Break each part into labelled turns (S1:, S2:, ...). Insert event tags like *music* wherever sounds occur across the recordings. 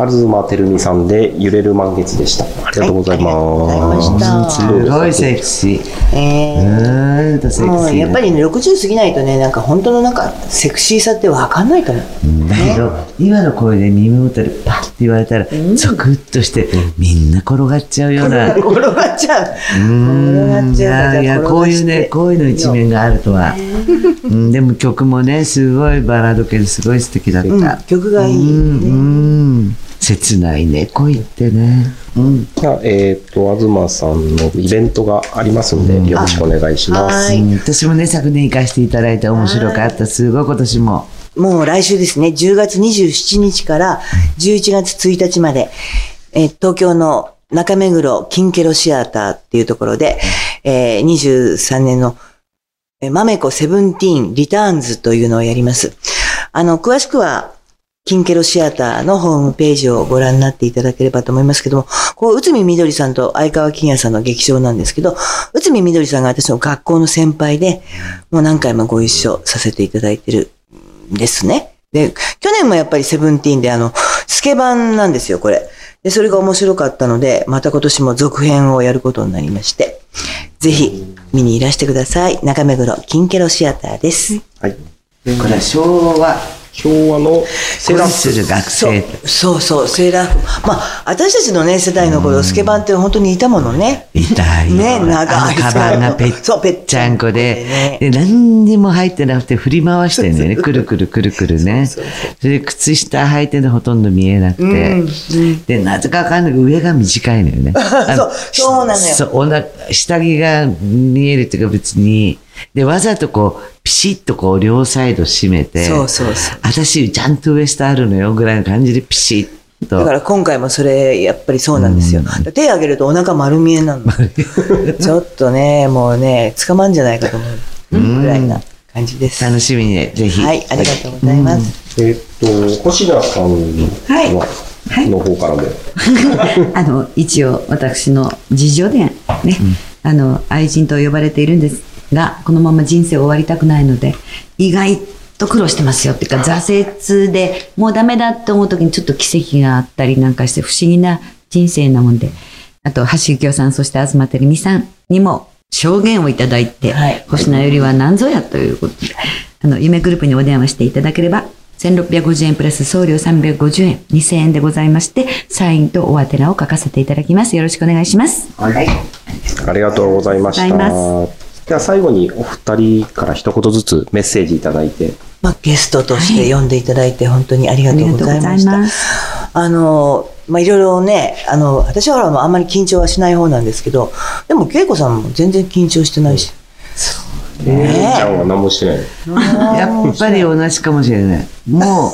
S1: 東てるみさんで「揺れる満月」でしたありがとうございます、
S2: す
S1: うです
S2: ごいセクシー。う
S3: え
S2: ーんとセ
S3: ー、
S2: クシ
S3: もう
S2: ーね。
S3: やっぱりね60過ぎないとねなんか本当のなんかセクシーさって分かんないと思う
S2: だけど、今の声で耳元でパッて言われたら、ゾクッとして、みんな転がっちゃうよう
S3: *laughs*
S2: な。う
S3: 転がっちゃう
S2: ーん
S3: 転がっ
S2: い
S3: ちゃう
S2: やいや、
S3: 転がして
S2: こういうね、こういうの一面があるとは。うんでも曲もね、すごいバラード系ですごい素敵だった。
S3: うん曲がいい、
S2: うん、
S3: ね
S2: うん。切ないね、恋ってね。うん。
S1: じゃあえっ、と東さんのイベントがありますんで、よろしくお願いしま
S3: は
S1: す
S3: い
S2: うん私もね、昨年行かせていただいて面白かった。すごい今年も。
S3: もう来週ですね、10月27日から11月1日まで、えー東京の中目黒金ケロシアターっていうところで、えー23年のえーマメコセブンティーンリターンズというのをやります。あの、詳しくは、金ケロシアターのホームページをご覧になっていただければと思いますけども、こう、内海みどりさんと相川金也さんの劇場なんですけど、内海みどりさんが私の学校の先輩で、もう何回もご一緒させていただいてるですね。で、去年もやっぱりセブンティーンであの、スケバンなんですよ、これ。で、それが面白かったので、また今年も続編をやることになりまして、ぜひ見にいらしてください。中目黒金ケロシアターです。
S1: はい、
S2: これは昭和、
S1: 昭和のセ
S2: セ
S1: ーラ
S2: ラ
S1: ー
S2: する学
S3: そう
S2: 生。
S3: そうそう、セーラー服。まあ、私たちのね、世代の頃、スケバンって本当にいたものね。
S2: いたいよ
S3: ね長い
S2: あのカバンがペ
S3: そうペッ
S2: ッちゃん
S3: ちゃんこ
S2: こで
S3: でね
S2: で何にも入ってなくて振り回してるんだよねくるくるくるくるねそれで靴下履いてるのほとんど見えなくて、でなぜかわかんないけど上が短いのよねあの
S3: *laughs* そうなのよ
S2: そうおな下着が見えるっていうか別にでわざとこうピシッとこう両サイド締めて
S3: そうそうそう
S2: 私ちゃんとウエストあるのよぐらいの感じでピシッと
S3: だから今回もそれ、やっぱりそうなんですよ。手上げるとお腹丸見えなの。ちょっとね、もうね、捕まんじゃないかと思うぐらいな感じです。
S2: 楽しみにねぜひ、
S3: はい、ありがとうございます。
S1: えっ、と星名さんの,、の方からも
S4: *laughs* あの一応私の自叙伝ね、あの愛人と呼ばれているんですがこのまま人生を終わりたくないので意外と苦労してますよっていうか挫折でもうダメだって思う時にちょっと奇跡があったりなんかして不思議な人生なもんであと橋幸夫さんそして東照美さんにも証言をいただいて、
S3: はい
S4: 星名よりは何ぞやということで、あの、夢グループにお電話していただければ、1650円プラス送料350円、2000円でございまして、サインとお宛名を書かせていただきます。よろしくお願いします。
S1: ありがとうございまし
S4: あり
S1: た
S4: がとうご
S1: では最後にお二人から一言ずつメッセージいただいて
S3: まあ、ゲストとして呼んでいただいて本当にありがとうございまし
S4: ありがとうございま
S3: た。あの、まあ、いろいろね、あの、私はほらあんまり緊張はしない方なんですけど、でも、恵子さんも全然緊張してないし。
S1: えー、ちゃんは何もしてない
S2: やっぱり同じかもしれない。も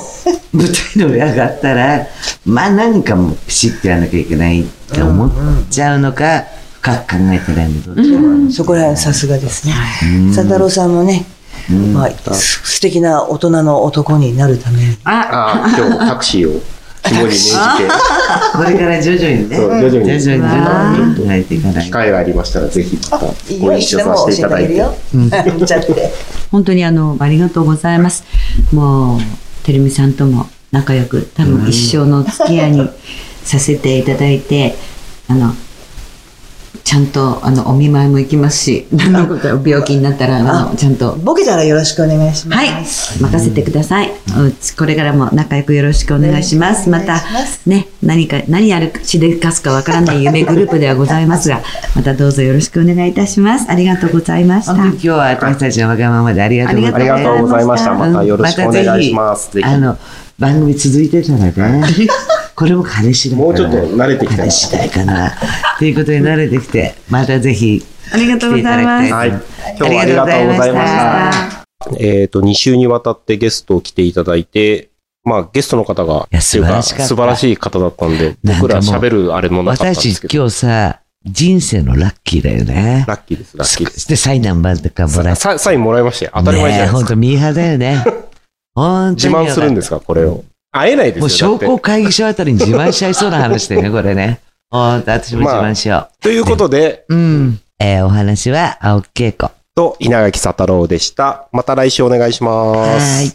S2: う、舞台の上上がったら、まあ何かもピシッとやらなきゃいけないって思っちゃうのか、深く考えてないのどっちかなんです
S3: そこら辺さすがですね。佐太郎さんもね、まあ、す素敵な大人の男になるために。
S1: あー今日タクシーを肝に銘じて
S2: これから徐々にね、
S1: そう徐々に
S2: 徐々に徐々に考えていかない
S1: 機
S2: と。
S1: 会がありましたらぜひまた
S3: いい
S1: ご
S3: よ、
S1: 一
S3: いつ
S1: 緒
S3: で
S1: さ
S3: も
S1: せ
S3: 教
S1: て
S3: え
S1: い
S3: て
S1: た
S3: あ
S1: だい
S3: げ
S1: て
S3: るよ。 *laughs* 見ちゃって。
S4: 本当にあの、ありがとうございます。もう、てるみさんとも仲良く、多分一生のお付き合いにさせていただいて、あの、ちゃんと、あの、お見舞いも行きますし、何のこと病気になったら、あの、ちゃんと
S3: ボケたらよろしくお願いします。
S4: はい、任せてください。うちこれからも仲良くよろしくお願いします。
S3: お
S4: ま
S3: 願い
S4: た
S3: します
S4: ね、何か何やるかしでかすかわからない夢グループではございますが、またどうぞよろしくお願いいたします。ありがとうございました。
S2: 本当に今日は私たちのわがままでありがとうござい
S1: あ
S2: ま
S1: り
S2: す。
S1: がとうございました。
S4: あ
S1: ま
S4: り
S1: たよろしくお願いします。
S2: う
S1: ぜ
S2: んまたぜひあの、番組続いてたらね、これも彼氏だから
S1: もうちょっと慣れてきた
S2: 彼
S1: ら
S2: 氏だかな。っていうことに慣れてきて、またぜひ。
S4: ありがとうございます
S1: ひ。はい。今
S2: あ
S1: 日
S2: り
S1: はあ
S2: がと
S1: り
S2: う
S1: が
S2: ござ
S1: と
S2: いう
S1: ご
S2: ま
S1: ざ
S2: し
S1: いました
S2: た。。
S1: えっ、と、2週にわたってゲストを来ていただいて、まあゲストの方が、
S2: いや
S1: っていう
S2: 素晴らしかった
S1: 素晴らしい方だったんで、僕ら喋るあれもなかったんで
S2: 私
S1: すけど、
S2: 今日さ、人生のラッキーだよね。
S1: ラッキーです、ラッキーです。
S2: で、サイナンバーとかもらって。
S1: ササインもらいましたよ。当たり前じゃ
S2: ねえ
S1: ない
S2: ほ
S1: で
S2: ん
S1: すか。
S2: とミーハーだよね。ほんと
S1: 自
S2: に
S1: 慢するんですか、これを。会えないで
S2: もう
S1: すよ。
S2: 商
S1: だって
S2: 工会議所あたりに自慢しちゃいそうな話だよね、これね。ほんと、私も自慢しよう。
S1: ということで、
S2: うん。えーお話は青木恵子。
S1: と、稲垣佐太郎でした。また来週お願いします。
S2: はーい。